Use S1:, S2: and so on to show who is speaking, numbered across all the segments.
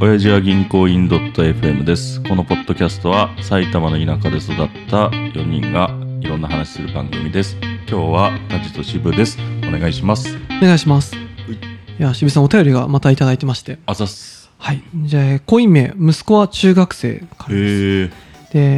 S1: 親父は銀行員 .fm です。このポッドキャストは埼玉の田舎で育った4人がいろんな話する番組です。今日はタジとシブです。お願いします。
S2: お願いします。い
S1: い
S2: や、渋井さん、お便りがまたいただいてまして。
S1: あざっす。
S2: はい。じゃあ、コイン名、息子は中学生からです。
S1: へえ。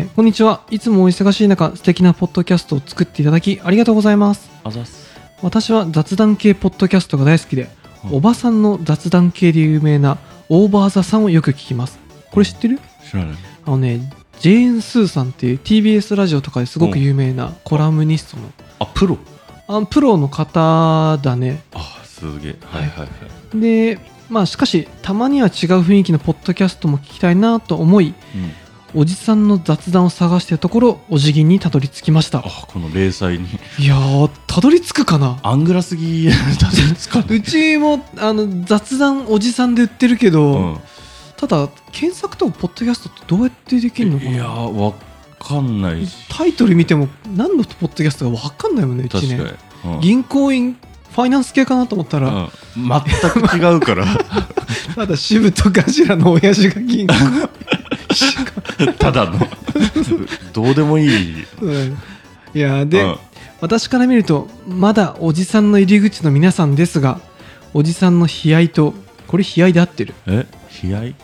S2: で、こんにちは。いつもお忙しい中、素敵なポッドキャストを作っていただき、ありがとうございます。
S1: あざっす。
S2: 私は雑談系ポッドキャストが大好きで、
S1: はい
S2: おばさんの雑談系で有名な、オーバーザさんをよく聞きます。これ知ってる
S1: 知らない。
S2: あのね、ジェーン・スーさんっていう TBS ラジオとかですごく有名なコラムニストの、
S1: あ、プロ。
S2: あプロの方だね。
S1: あ、すげえ。はいはいはい。
S2: でまあしかしたまには違う雰囲気のポッドキャストも聞きたいなと思い
S1: うん、
S2: おじさんの雑談を探してるところお辞儀にたどり着きました
S1: あ、この零細に。
S2: いやーたどり着くかな
S1: アングラすぎ。たどり着かな
S2: う
S1: い。
S2: ちもあの雑談おじさんで売ってるけど、
S1: うん。
S2: ただ検索とかポッドキャストってどうやってできるのか
S1: いやー
S2: な
S1: わかんないし
S2: タイトル見ても何のポッドキャストか分かんないもんねう
S1: 確
S2: ち
S1: かに
S2: ね、
S1: うん
S2: 銀行員ファイナンス系かなと思ったら、
S1: うん全く違うから
S2: ただ渋と頭の親父が銀行
S1: ただのどうでもいい
S2: うんいやーで、
S1: うん
S2: 私から見るとまだおじさんの入り口の皆さんですがおじさんの悲哀とこれ悲哀で合ってる
S1: え悲哀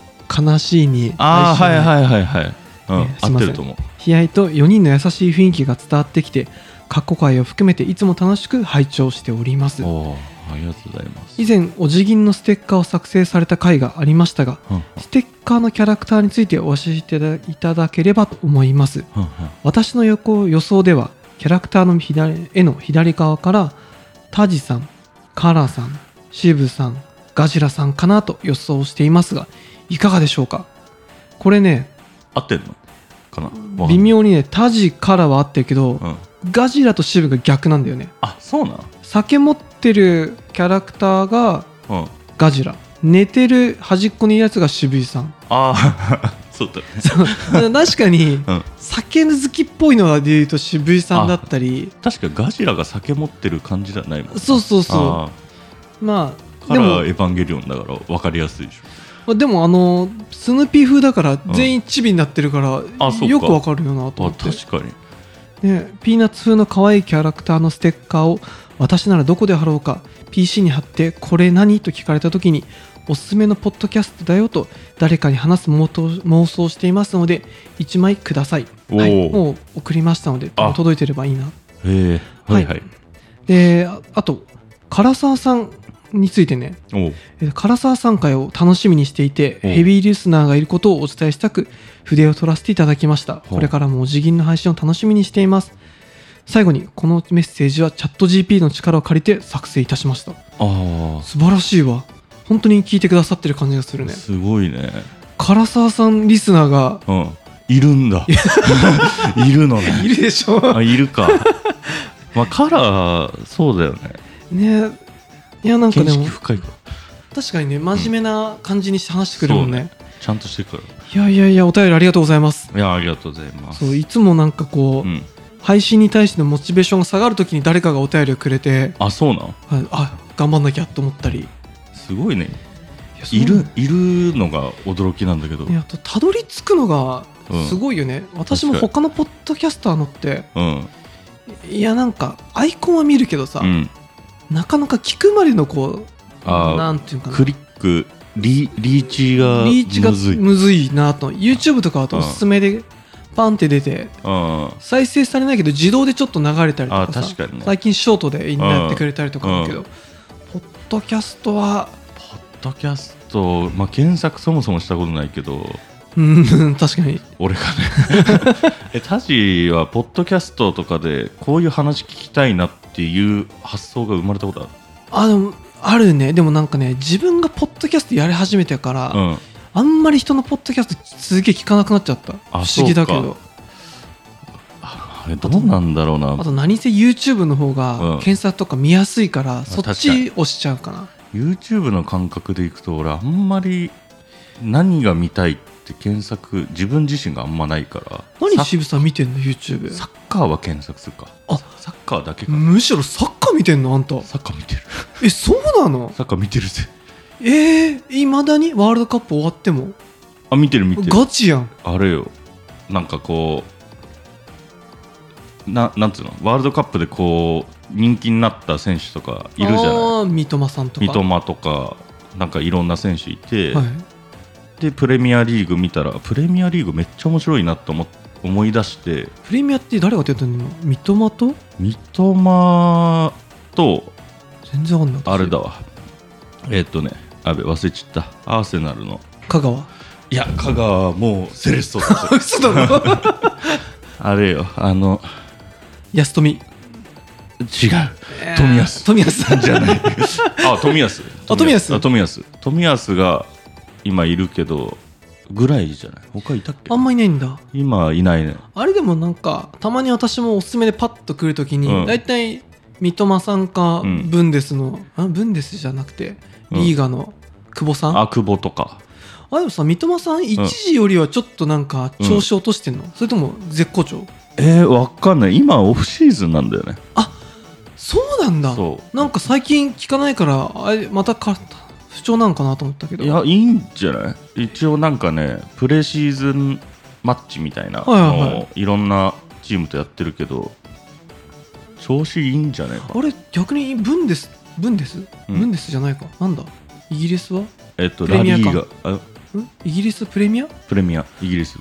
S2: 悲しいに
S1: ああはい
S2: い
S1: はいはいはい、うん
S2: ねす
S1: 合
S2: い
S1: っ
S2: ま
S1: て
S2: せ
S1: る
S2: ん
S1: と思う
S2: 悲哀と4人の優しい雰囲気が伝わってきて過去回を含めていつも楽しく拝聴しております
S1: おーありがとうございます
S2: 以前お辞儀のステッカーを作成された回がありましたが
S1: うんうん
S2: ステッカーのキャラクターについてお教えていただいただければと思います
S1: うんうん
S2: 私の予行予想ではキャラクターの左絵の左側からタジさんカラさんシブさんガジラさんかなと予想していますがいかがでしょうかこれね
S1: 合ってるのかなわかんない
S2: 微妙にねタジからは合ってるけど
S1: うん
S2: ガジラとシブが逆なんだよね
S1: あそうなん
S2: 酒持ってるキャラクターが
S1: うん
S2: ガジラ寝てる端っこにいるやつが渋井 さん
S1: ああ そうだね
S2: 確かに
S1: うん
S2: 酒好きっぽいのがで言うと渋井さんだったり
S1: 確かガジラが酒持ってる感じじゃないもん
S2: そうそうそう
S1: あー
S2: まあ
S1: か
S2: で
S1: ら
S2: も
S1: エヴァンゲリオンだから分かりやすいでしょ
S2: まあでもあのスヌーピー風だから
S1: ん
S2: 全員チビになってるから、
S1: あそうか
S2: よくわかるよなと
S1: あ
S2: 思って、
S1: 確かに
S2: ね、ピーナッツ風の可愛いキャラクターのステッカーを私ならどこで貼ろうか PC に貼ってこれ何と聞かれた時におすすめのポッドキャストだよと誰かに話す妄想妄想していますので1枚ください、
S1: おー
S2: はい、もう送りましたので
S1: あ
S2: 届いてればいいな
S1: へえはいはい
S2: でああと唐沢さんについてね
S1: おう
S2: えー唐沢さん会を楽しみにしていて
S1: お
S2: ヘビーリスナーがいることをお伝えしたく筆を取らせていただきました
S1: お
S2: これからもお辞儀の配信を楽しみにしています最後にこのメッセージはチャット GP の力を借りて作成いたしました
S1: ああ
S2: 素晴らしいわ本当に聞いてくださってる感じがするね
S1: すごいね。
S2: 唐沢さんリスナーが
S1: うん。いるん だ。いるのね。
S2: いるでし ょ
S1: あ、いるか。 まあ、カラー、そうだよね。
S2: ねいやなんか
S1: 見
S2: でも
S1: 識深いか
S2: 確かにね真面目な感じにして話してくれるもんね,、
S1: ら。ちゃんとしてるか
S2: いやいやいやお便りありがとうございます
S1: ら。いや、ありがとうございます。
S2: そういつもなんかこう、
S1: うん。
S2: 配信に対してのモチベーションが下がるときに誰かがお便りをくれて
S1: あ、そうなの
S2: ああ頑張んなきゃと思ったり
S1: すごいね。
S2: やそう
S1: いる、いるのが驚きなんだけど。う
S2: いやとたどり着くのが
S1: うん
S2: すごいよね、私も
S1: 確
S2: 他のポッドキャスターのって
S1: ん。
S2: いやなんかアイコンは見るけどさ、
S1: うん。
S2: なかなか聞くまでのこう
S1: あー
S2: なんていうかな
S1: クリック、リリーチが、
S2: リーチが
S1: むずい。うん。
S2: むずいなと YouTube とかだとおすすめでパンって出て
S1: あ
S2: 再生されないけど自動でちょっと流れたりと
S1: あ、
S2: かさ
S1: 確かにね。
S2: 最近ショートでみんなやってくれたりとかあるけ
S1: う
S2: ど、
S1: ん
S2: ポッドキャストは
S1: ポッドキャスト、まあ、検索そもそもしたことないけど、
S2: うん確かに
S1: 俺 がねえタジはポッドキャストとかでこういう話聞きたいなっていう発想が生まれたことある
S2: あでもあるねでもなんかね自分がポッドキャストやり始めてから、
S1: うん
S2: あんまり人のポッドキャストすげえ聞かなくなっちゃった不
S1: あ
S2: 思議だけ
S1: そう
S2: ど
S1: あれどうなんだろう
S2: あ
S1: な
S2: と何せ YouTube の方
S1: うん
S2: が検索とか見やすいから、そ
S1: 確
S2: っ
S1: かに
S2: ち押しちゃうかな
S1: YouTube の感覚でいくと俺あんまり何が見たいって検索自分自身があんまないから
S2: 何
S1: サ
S2: 渋さん見てんの YouTube
S1: サッカーは検索するか
S2: あ
S1: サッカーだけか
S2: むしろサッカー見てんのあんた
S1: サッカー見てる
S2: えそうなの
S1: サッカー見てるぜ
S2: ええー、いまだにワールドカップ終わっても
S1: あ見てる見てる
S2: ガチやん
S1: あれよなんかこうななんつうのワールドカップでこう人気になった選手とかいるじゃ
S2: あ
S1: な
S2: ー三笘さんとか
S1: い三笘とかなんかいろんな選手いて、
S2: はい、
S1: でプレミアリーグ見たらプレミアリーグめっちゃ面白いなと思っ思い出して
S2: プレミアって誰が出てんの三笘と
S1: 三笘と
S2: 全然わかんない
S1: あれだわえーっ、とねあべ忘れちゃったアーセナルの
S2: 香川
S1: いや香川はもうセレッソ だ
S2: 嘘だろ
S1: あれよあの
S2: 安富
S1: 違う冨安
S2: 富安さん
S1: じゃない。 あ、富安。
S2: あ富安
S1: あ、富安。富安が今いるけど、ぐらいじゃない。他いたっけ
S2: あんまいないんだ
S1: 今いないね。
S2: あれでもなんかたまに私もおすすめでパッと来るときに、
S1: うん
S2: 大体三笘さんか、
S1: うん
S2: ブンデスのあブンデスじゃなくて
S1: うん
S2: リーガの久保さん、
S1: あ、久保とか。
S2: あでもさ三笘さん一時よりはちょっとなんか調子落としてんの、それとも絶好調
S1: えー、わかんない。今オフシーズンなんだよね。
S2: そうなんだ
S1: そ
S2: なんか最近聞かないからあれまたか不調なんかなと思ったけど
S1: いや、いいんじゃない一応なんかね、プレシーズンマッチみたいなのを、
S2: はいはい
S1: いろんなチームとやってるけど、調子いいんじゃないか
S2: あ。れ逆にブンデスブンデス、
S1: うん
S2: ブンデスじゃないかなんだイギリスはん
S1: えっと、
S2: プレ
S1: ラ
S2: ミ
S1: リ
S2: アか
S1: ーが、あ
S2: イギリスプレミア
S1: プレミア、イギリス。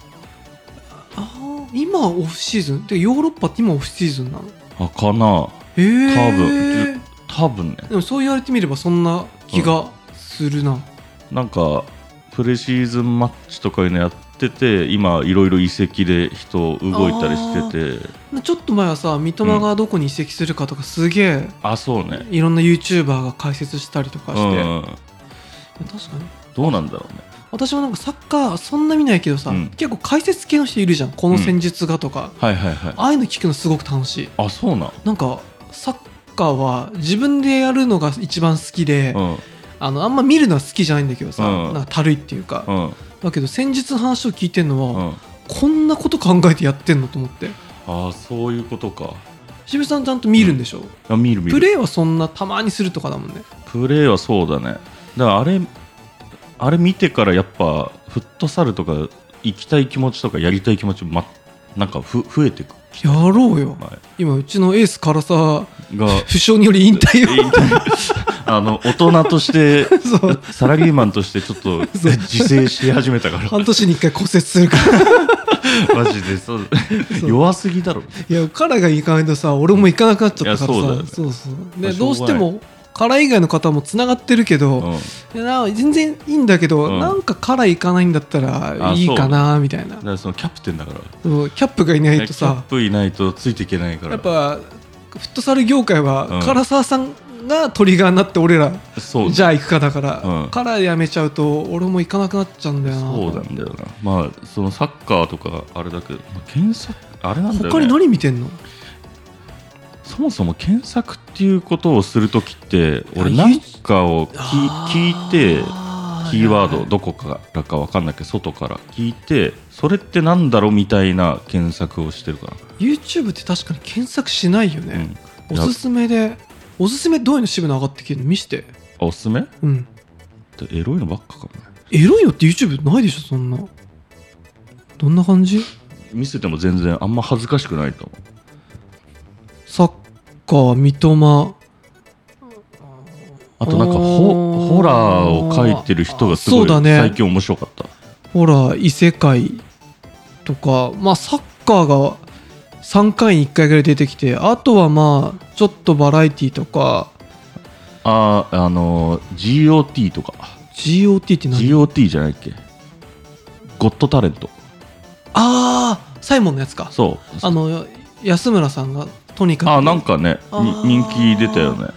S2: あー今オフシーズンでヨーロッパって今オフシーズンなの
S1: あ、かな。
S2: へえ
S1: 多分多分ね。
S2: でもそう言われてみればそんな気がするな、
S1: なんかプレシーズンマッチとかいうのやってて今いろいろ移籍で人動いたりしてて
S2: ちょっと前はさ三笘がどこに移籍するかとかすげえ、
S1: あそうね
S2: いろんな YouTuber が解説したりとか
S1: う
S2: して、
S1: んうん
S2: 確かに
S1: どうなんだろうね
S2: 私もなんかサッカーそんな見ないけどさ、
S1: うん
S2: 結構解説系の人いるじゃんこの戦術がとか、
S1: はいはいはい
S2: ああいうの聞くのすごく楽しい
S1: あそうなん
S2: なんかサッカーは自分でやるのが一番好きで、
S1: うん
S2: あのあんま見るのは好きじゃないんだけどさ、
S1: うん
S2: なんかたるいっていうか、
S1: うん
S2: だけど戦術の話を聞いてるの
S1: う
S2: は、
S1: ん
S2: こんなこと考えてやってんのと思って
S1: あそういうことか
S2: 渋井さんちゃんと見るんでしょ、
S1: あ見る見る
S2: プレーはそんなたまにするとかだもんね
S1: プレーはそうだねだからあれあれ見てからやっぱフットサルとか行きたい気持ちとかやりたい気持ち、ま、なんかふ増えてく
S2: やろうよ
S1: は
S2: 今うちのエース唐沢
S1: い が
S2: 負傷により引退を
S1: あの大人として
S2: そう
S1: サラリーマンとしてちょっと
S2: そう
S1: 自制し始めたか
S2: 半年に1回骨折するから
S1: ら、マジでそう
S2: そう
S1: 弱すぎだろ。
S2: いや彼が行かないとさ俺も行かなくなっちゃったからさ
S1: いやそうだよね
S2: そうそう
S1: ま
S2: で
S1: あしょうがない
S2: どうしても彼以外の方もつながってるけど、
S1: うん
S2: いやな全然いいんだけど、
S1: うん
S2: なんかから行かないんだったら
S1: あ
S2: いいかなみたいな
S1: だからそのキャプテンだから、
S2: そうキャップがいないと
S1: キャッ
S2: さ
S1: プいないとついていけないから、
S2: やっぱフットサル業界
S1: う
S2: は
S1: ん
S2: 唐沢さんがトリガーになって俺ら、
S1: そう
S2: じゃあ行くかだから、
S1: うん
S2: からやめちゃうと俺も行かなくなっちゃうんだよな
S1: そうなんだよな。まあそのサッカーとかあれだけど、まあ検索あれなんだ
S2: 他
S1: よ
S2: に
S1: ね。
S2: 何見てんの
S1: そもそも検索っていうことをするときって、俺
S2: あ
S1: 何かをき
S2: あ
S1: 聞いて。
S2: あ
S1: キーワード
S2: はい
S1: どこからか分かんないけど外から聞いてそれってなんだろうみたいな検索をしてるか
S2: YouTube って確かに検索しないよ
S1: ら、うん
S2: ね、、おすすめでおすすめどういうの渋野上がってきてるの見して
S1: あおすすめ
S2: うん
S1: ってエロいのばっかかもね
S2: エロいのって YouTube ないでしょそんなどんな感じ
S1: 見せても全然あんま恥ずかしくないと思
S2: サッカー三笘
S1: うあとなんかホ
S2: おー
S1: ホラーを描いてる人がすご
S2: そう
S1: い
S2: だね
S1: 最近面白かった
S2: ホラー異世界とかまあサッカーが3回に1回ぐらい出てきてあとはまあちょっとバラエティとか
S1: あーあのー GOT とか
S2: GOT って何
S1: GOT じゃないっけゴッドタレント
S2: ああサイモンのやつか
S1: そう
S2: あの安村さんがとにかく
S1: あなんかね
S2: あー
S1: に人気出たよね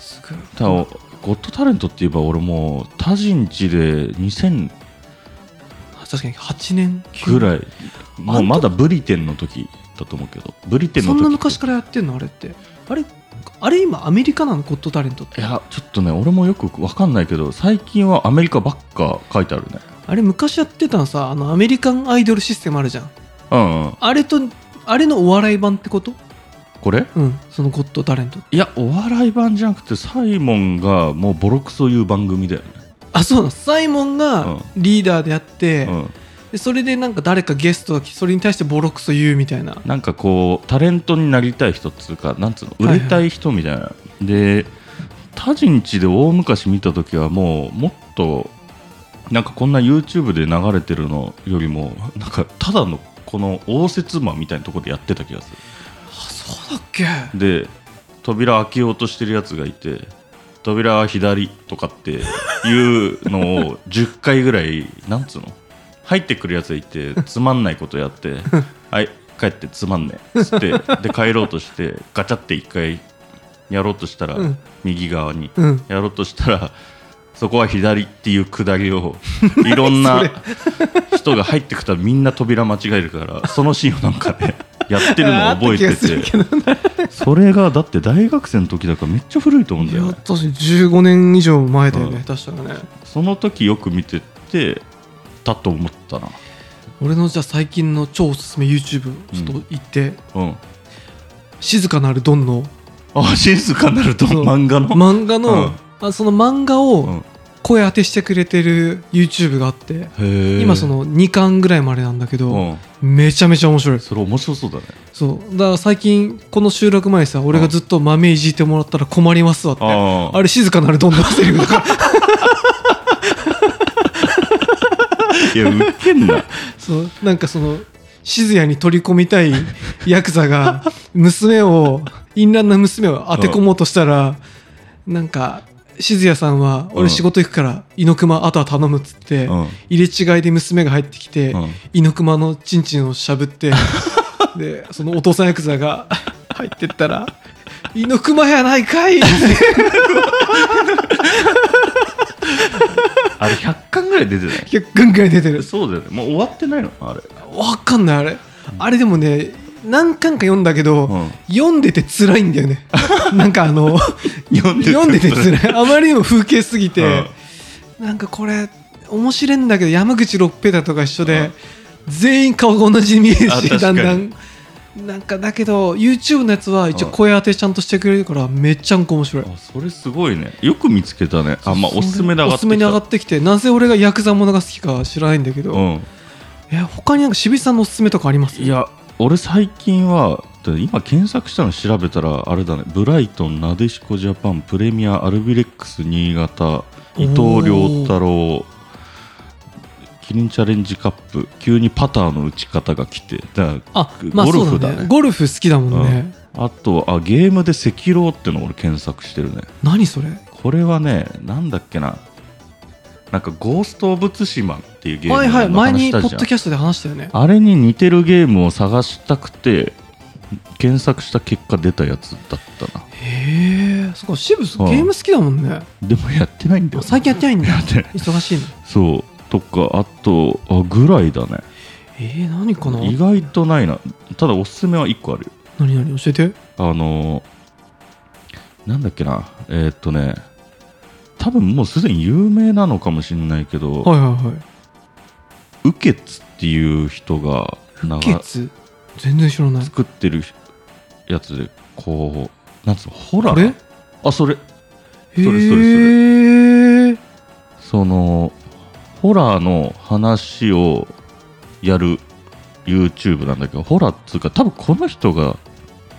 S2: すごい
S1: ただゴッドタレントって言えば俺もう他人地で2000
S2: 確かに8年9
S1: ぐ
S2: い
S1: らい
S2: あん
S1: も
S2: と
S1: うまだブリテンの時だと思うけどブリテンの
S2: そ
S1: 時
S2: んな昔からやってんのあれってあれあれ今アメリカなのゴッドタレントっ
S1: い
S2: て
S1: やちょっとね俺もよくわかんないけど最近はアメリカばっか書いてあるね
S2: あれ昔やってたのさあのアメリカンアイドルシステムあるじゃん
S1: うん、うん、
S2: あれとあれのお笑い版ってこと
S1: これ
S2: うんそのゴッドタレント
S1: いやお笑い版じゃなくてサイモンがもうボロクソ言う番組だよね
S2: あそうなのサイモン
S1: う
S2: が
S1: ん
S2: リーダーであって、
S1: うん、
S2: でそれでなんか誰かゲストが来てそれに対してボロクソ言うみたいな
S1: なんかこうタレントになりたい人っつうかなんつうの売れたい人みたいな、で他人地で大昔見た時はもうもっとなんかこんな YouTube で流れてるのよりもなんかただのこの応接間みたいなところでやってた気がす
S2: あそうだっけ
S1: るで扉開けようとしてるやつがいて扉は左とかっていうのを 10回ぐらいなんつうの入ってくるやつがいてつまんないことやって 「はい帰ってつまんねえ」っつってで帰ろうとしてガチャって1回やろうとしたら
S2: うん
S1: 右側に
S2: うん
S1: やろうとしたらそこは左っていうくだり をいろんな人が入ってくたらみんな扉間違えるからそのシーンをなんかねやってるのを覚え
S2: あ
S1: て
S2: あった気がす
S1: てそれがだって大学生の時だからめっちゃ古いと思うん
S2: い
S1: だ
S2: や
S1: よね
S2: 確かに15年以上前だよね、
S1: うん
S2: 確かね
S1: その時よく見ててだと思ったな
S2: 俺のじゃあ最近の超おすすめ YouTube ちょっと行って、
S1: うん
S2: 静かなるドンの
S1: あ 静かなると
S2: そう
S1: 漫画の
S2: 漫画の、
S1: うん
S2: あその漫画
S1: う
S2: を
S1: ん
S2: 声当てしてくれてる YouTube があって、
S1: へえ
S2: 今その2巻ぐらいまでなんだけ
S1: う
S2: ど、
S1: ん
S2: めちゃめちゃ面白いです
S1: それ面白そうだね
S2: そうだから最近この収録前にさ俺がずっと豆いじってもらったら困りますわって、
S1: ああ
S2: あれ静かなるドンのセリフだから
S1: いやウケん な
S2: そうなんかその静也に取り込みたいヤクザ が娘を淫乱な娘を当て込もうとしたら、なんか静也さんは「
S1: うん
S2: 俺仕事行くから猪熊あとは頼む」っつって、
S1: うん
S2: 入れ違いで娘が入ってきて、
S1: うん
S2: 猪熊のチンチンをしゃぶって でそのお父さんヤクザが入ってっ たら「猪熊やないかい!」って
S1: あれ100巻ぐらい出てない
S2: 100巻ぐらい出てる
S1: そうだよねもう終わってないのあれ
S2: わかんないあれあれでもね何巻か読んだけど、
S1: うん
S2: 読んでて辛いんだよ ねなんかあの
S1: 読んでて
S2: 読んでて辛いあまりにも風景すぎて、なんかこれ面白いんだけど山口六平太とか一緒で、全員顔が同じに見える
S1: あ確か
S2: し
S1: に
S2: だんだんなんかだけど YouTube のやつは一応声当てちゃんとしてくれるからめっちゃんこ面白い
S1: あそれすごいねよく見つけたねあまあ
S2: それ
S1: おすすめで上が
S2: お
S1: って
S2: すすめに上がってきてなぜ俺がヤクザものが好きか知らないんだけど、
S1: うん
S2: え他になんか渋井さんのおすすめとかあります
S1: いや俺最近はで今検索したの調べたらあれだねブライトンなでしこジャパンプレミアアルビレックス新潟伊藤良太郎キリンチャレンジカップ急にパターの打ち方が来てだから
S2: あ、まあ、
S1: ゴル
S2: そ
S1: フ
S2: うだ
S1: だ
S2: ね
S1: ね
S2: ゴルフ好きだもんね、
S1: あとあゲームで赤狼ってのを俺検索してるね
S2: 何それは
S1: これはねなんだっけななんか「ゴースト・オブ・ツシマン」っていうゲーム
S2: いはい
S1: の
S2: 前
S1: 話
S2: に
S1: し
S2: ポ
S1: たじゃん
S2: ッドキャストで話したよね
S1: あれに似てるゲームを探したくて検索した結果出たやつだったな
S2: へえそっか渋ゲ
S1: うん
S2: ーム好きだもんね
S1: でもやってないんだよ
S2: 最近やってないんだ
S1: やってない
S2: 忙しいの
S1: そうとかあとあぐらいだね
S2: えー、何かな
S1: 意外とないなただおすすめは1個あるよ
S2: 何何教えて
S1: あのーなんだっけなえーっとね多分もうすでに有名なのかもしれないけど、
S2: はいはいはい
S1: ウケツっていう人がな
S2: ケ
S1: が
S2: ツ全然知らない
S1: 作ってるやつでこうなんつうのホラ
S2: あ
S1: ー
S2: れ
S1: なあそれ
S2: へ
S1: それそれそ
S2: え
S1: そのホラーの話をやる YouTube なんだけどホラーっつうか多分この人が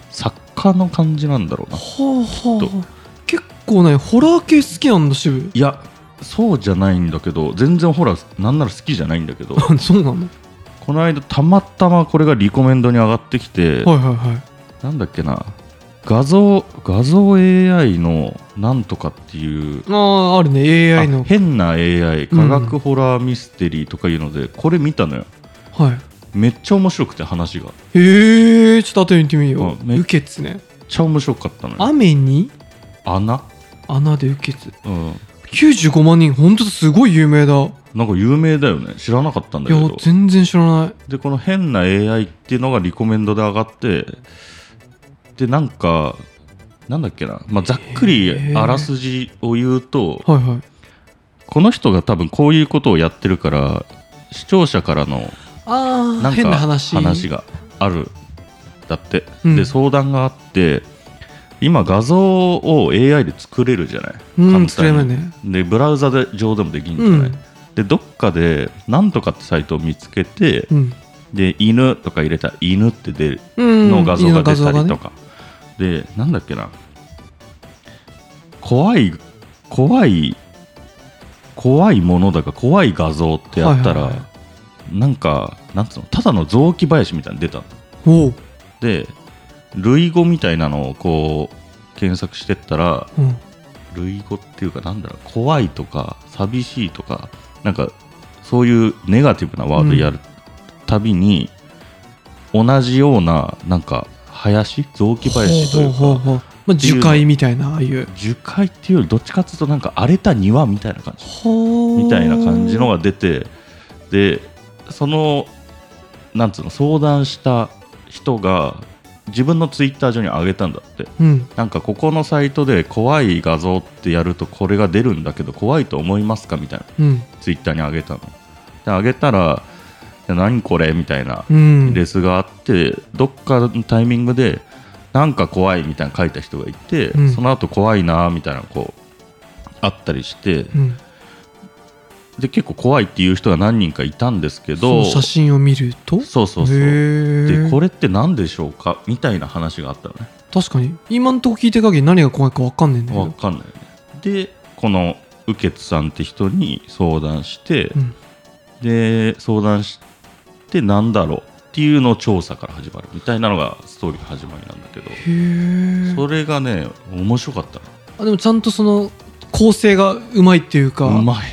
S1: 作家の感じなんだろうな
S2: はあはあ結構ねホラー系好きなんだ渋
S1: いやそうじゃないんだけど全然ホラーなんなら好きじゃないんだけ ど
S2: そうなの
S1: この間たまたまこれがリコメンドに上がってきて、
S2: はいはいはい
S1: なんだっけな画像画像 AI のなんとかっていう
S2: あああるね AI
S1: あ
S2: の
S1: 変な AI 科学ホラーミステリーとかいうので、これ見たのよ
S2: はい
S1: めっちゃ面白くて話がめっ
S2: へえちょっと後で見てみよ
S1: あ
S2: う
S1: め
S2: ウケツね
S1: ちゃ面白かったのよ
S2: 雨に
S1: 穴、
S2: 穴で受けず
S1: うん、
S2: 95万人ほんとすごい有名だ
S1: なんか有名だよね知らなかったんだ
S2: い
S1: け
S2: や
S1: ど
S2: 全然知らない
S1: でこの変な AI っていうのがリコメンドで上がってでなんかなんだっけな、まあ、ざっくりあらすじを言うと、
S2: はいはい
S1: この人が多分こういうことをやってるから視聴者からの
S2: あ
S1: なん
S2: あ変
S1: か
S2: な話
S1: 話があるだって、
S2: うん
S1: で相談があって今画像を AI で作れるじゃない、
S2: うん
S1: 簡単に
S2: 作れるね
S1: でブラウザで上でもできるんじゃない、
S2: うん
S1: でどっかでなんとかってサイトを見つけて、
S2: うん
S1: で犬とか入れたら犬って出る
S2: うん
S1: の画像が出た
S2: 犬
S1: り
S2: の
S1: とか、でなんだっけな怖い怖い怖いものだか怖い画像ってやったら、
S2: はいはいは
S1: なんかなんつうのただの雑木林みたいに出たの
S2: おう
S1: で類語みたいなのをこう検索してったら
S2: うん
S1: 類語っていうかなんだろう怖いとか寂しいとかなんかそういうネガティブなワードやるたびに、同じようななんか林雑木林というか
S2: ほうほうほうほうまあ
S1: っていう
S2: 樹
S1: の
S2: 海みたいなああいう
S1: 樹海っていうよりどっちかっていうとなんか荒れた庭みたいな感じ
S2: ほう
S1: みたいな感じのが出てでそのなんつうの相談した人が自分のツイッター上に上げたんだって
S2: うん
S1: なんかここのサイトで怖い画像ってやるとこれが出るんだけど怖いと思いますかみたいな
S2: うん
S1: ツイッターに上げたので上げたら「いや何これ?」みたいな
S2: うん
S1: レスがあってどっかのタイミングでなんか怖いみたいな書いた人がいて、
S2: うん
S1: その後怖いなみたいなこうあったりして
S2: うん
S1: で結構怖いっていう人が何人かいたんですけ
S2: そ
S1: ど
S2: の写真を見ると
S1: そうそうそう
S2: へ
S1: で
S2: え
S1: これって何でしょうかみたいな話があったのね
S2: 確かに今んとこ聞いてる限り何が怖いか分かんないんだけ
S1: わ
S2: ど
S1: かんないよねでこの右傑さんって人に相談して、
S2: うん
S1: で相談してなんだろうっていうのを調査から始まるみたいなのがストーリーの始まりなんだけど
S2: へえ
S1: それがね面白かったの
S2: あでもちゃんとその構成がうまいっていうか
S1: うまいうまい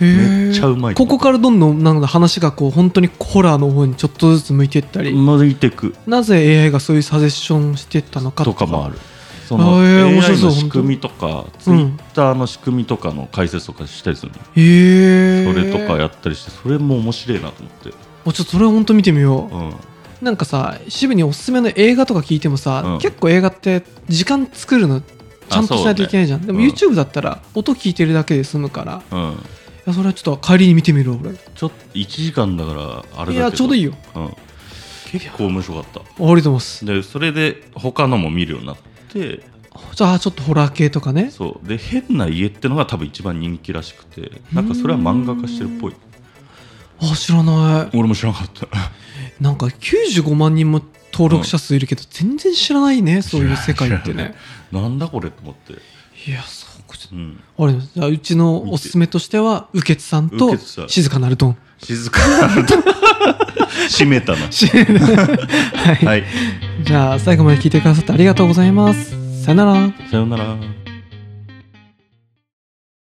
S2: へー
S1: めっちゃうまい
S2: ここからどんどんなんか話がこう本当にホラーの方にちょっとずつ向いていったり、
S1: 抜いてく
S2: なぜ AI がそういうサジェッションしてったのか
S1: とかもあ
S2: る
S1: るその
S2: あーえー面白
S1: AI
S2: そ
S1: の
S2: う
S1: 仕組みとかツイ
S2: 本
S1: ッターの仕組みとかの解説とかしたりするの
S2: へえ
S1: それとかやったりしてそれも面白いなと思って
S2: おちょっとそれ本当見てみよう、
S1: うん
S2: なんかさ渋におすすめの映画とか聞いてもさ、
S1: うん
S2: 結構映画って時間作るのちゃんとしないといけないじゃん、でも
S1: うん
S2: YouTube だったら音聞いてるだけで済むから、い
S1: うん
S2: やそれはちょっと帰りに見てみるわ俺
S1: ちょっと1時間だからあれだけど
S2: いやちょうどいいよ、
S1: うん、結構面白かっ
S2: ありがとうございます
S1: たでそれで他のも見るようになって
S2: じゃあちょっとホラー系とかね
S1: そうで変な家ってのが多分一番人気らしくてなんかそれは漫画化してるっぽい
S2: あ知らない
S1: 俺も知らなかった
S2: なんか95万人も登録者数いるけど、全然知らないねそういう世界って
S1: 知らな
S2: ね
S1: い なんだこれと思って、
S2: いやそうかじ
S1: うん、
S2: ゃありがとうございますじゃあうちのおすすめとしては右傑さんと
S1: 右傑さん
S2: 静かなるドン
S1: 静かなると 閉めたな
S2: はい
S1: はい
S2: じゃあ最後まで聞いてくださってありがとうございます。さよなら。
S1: さようなら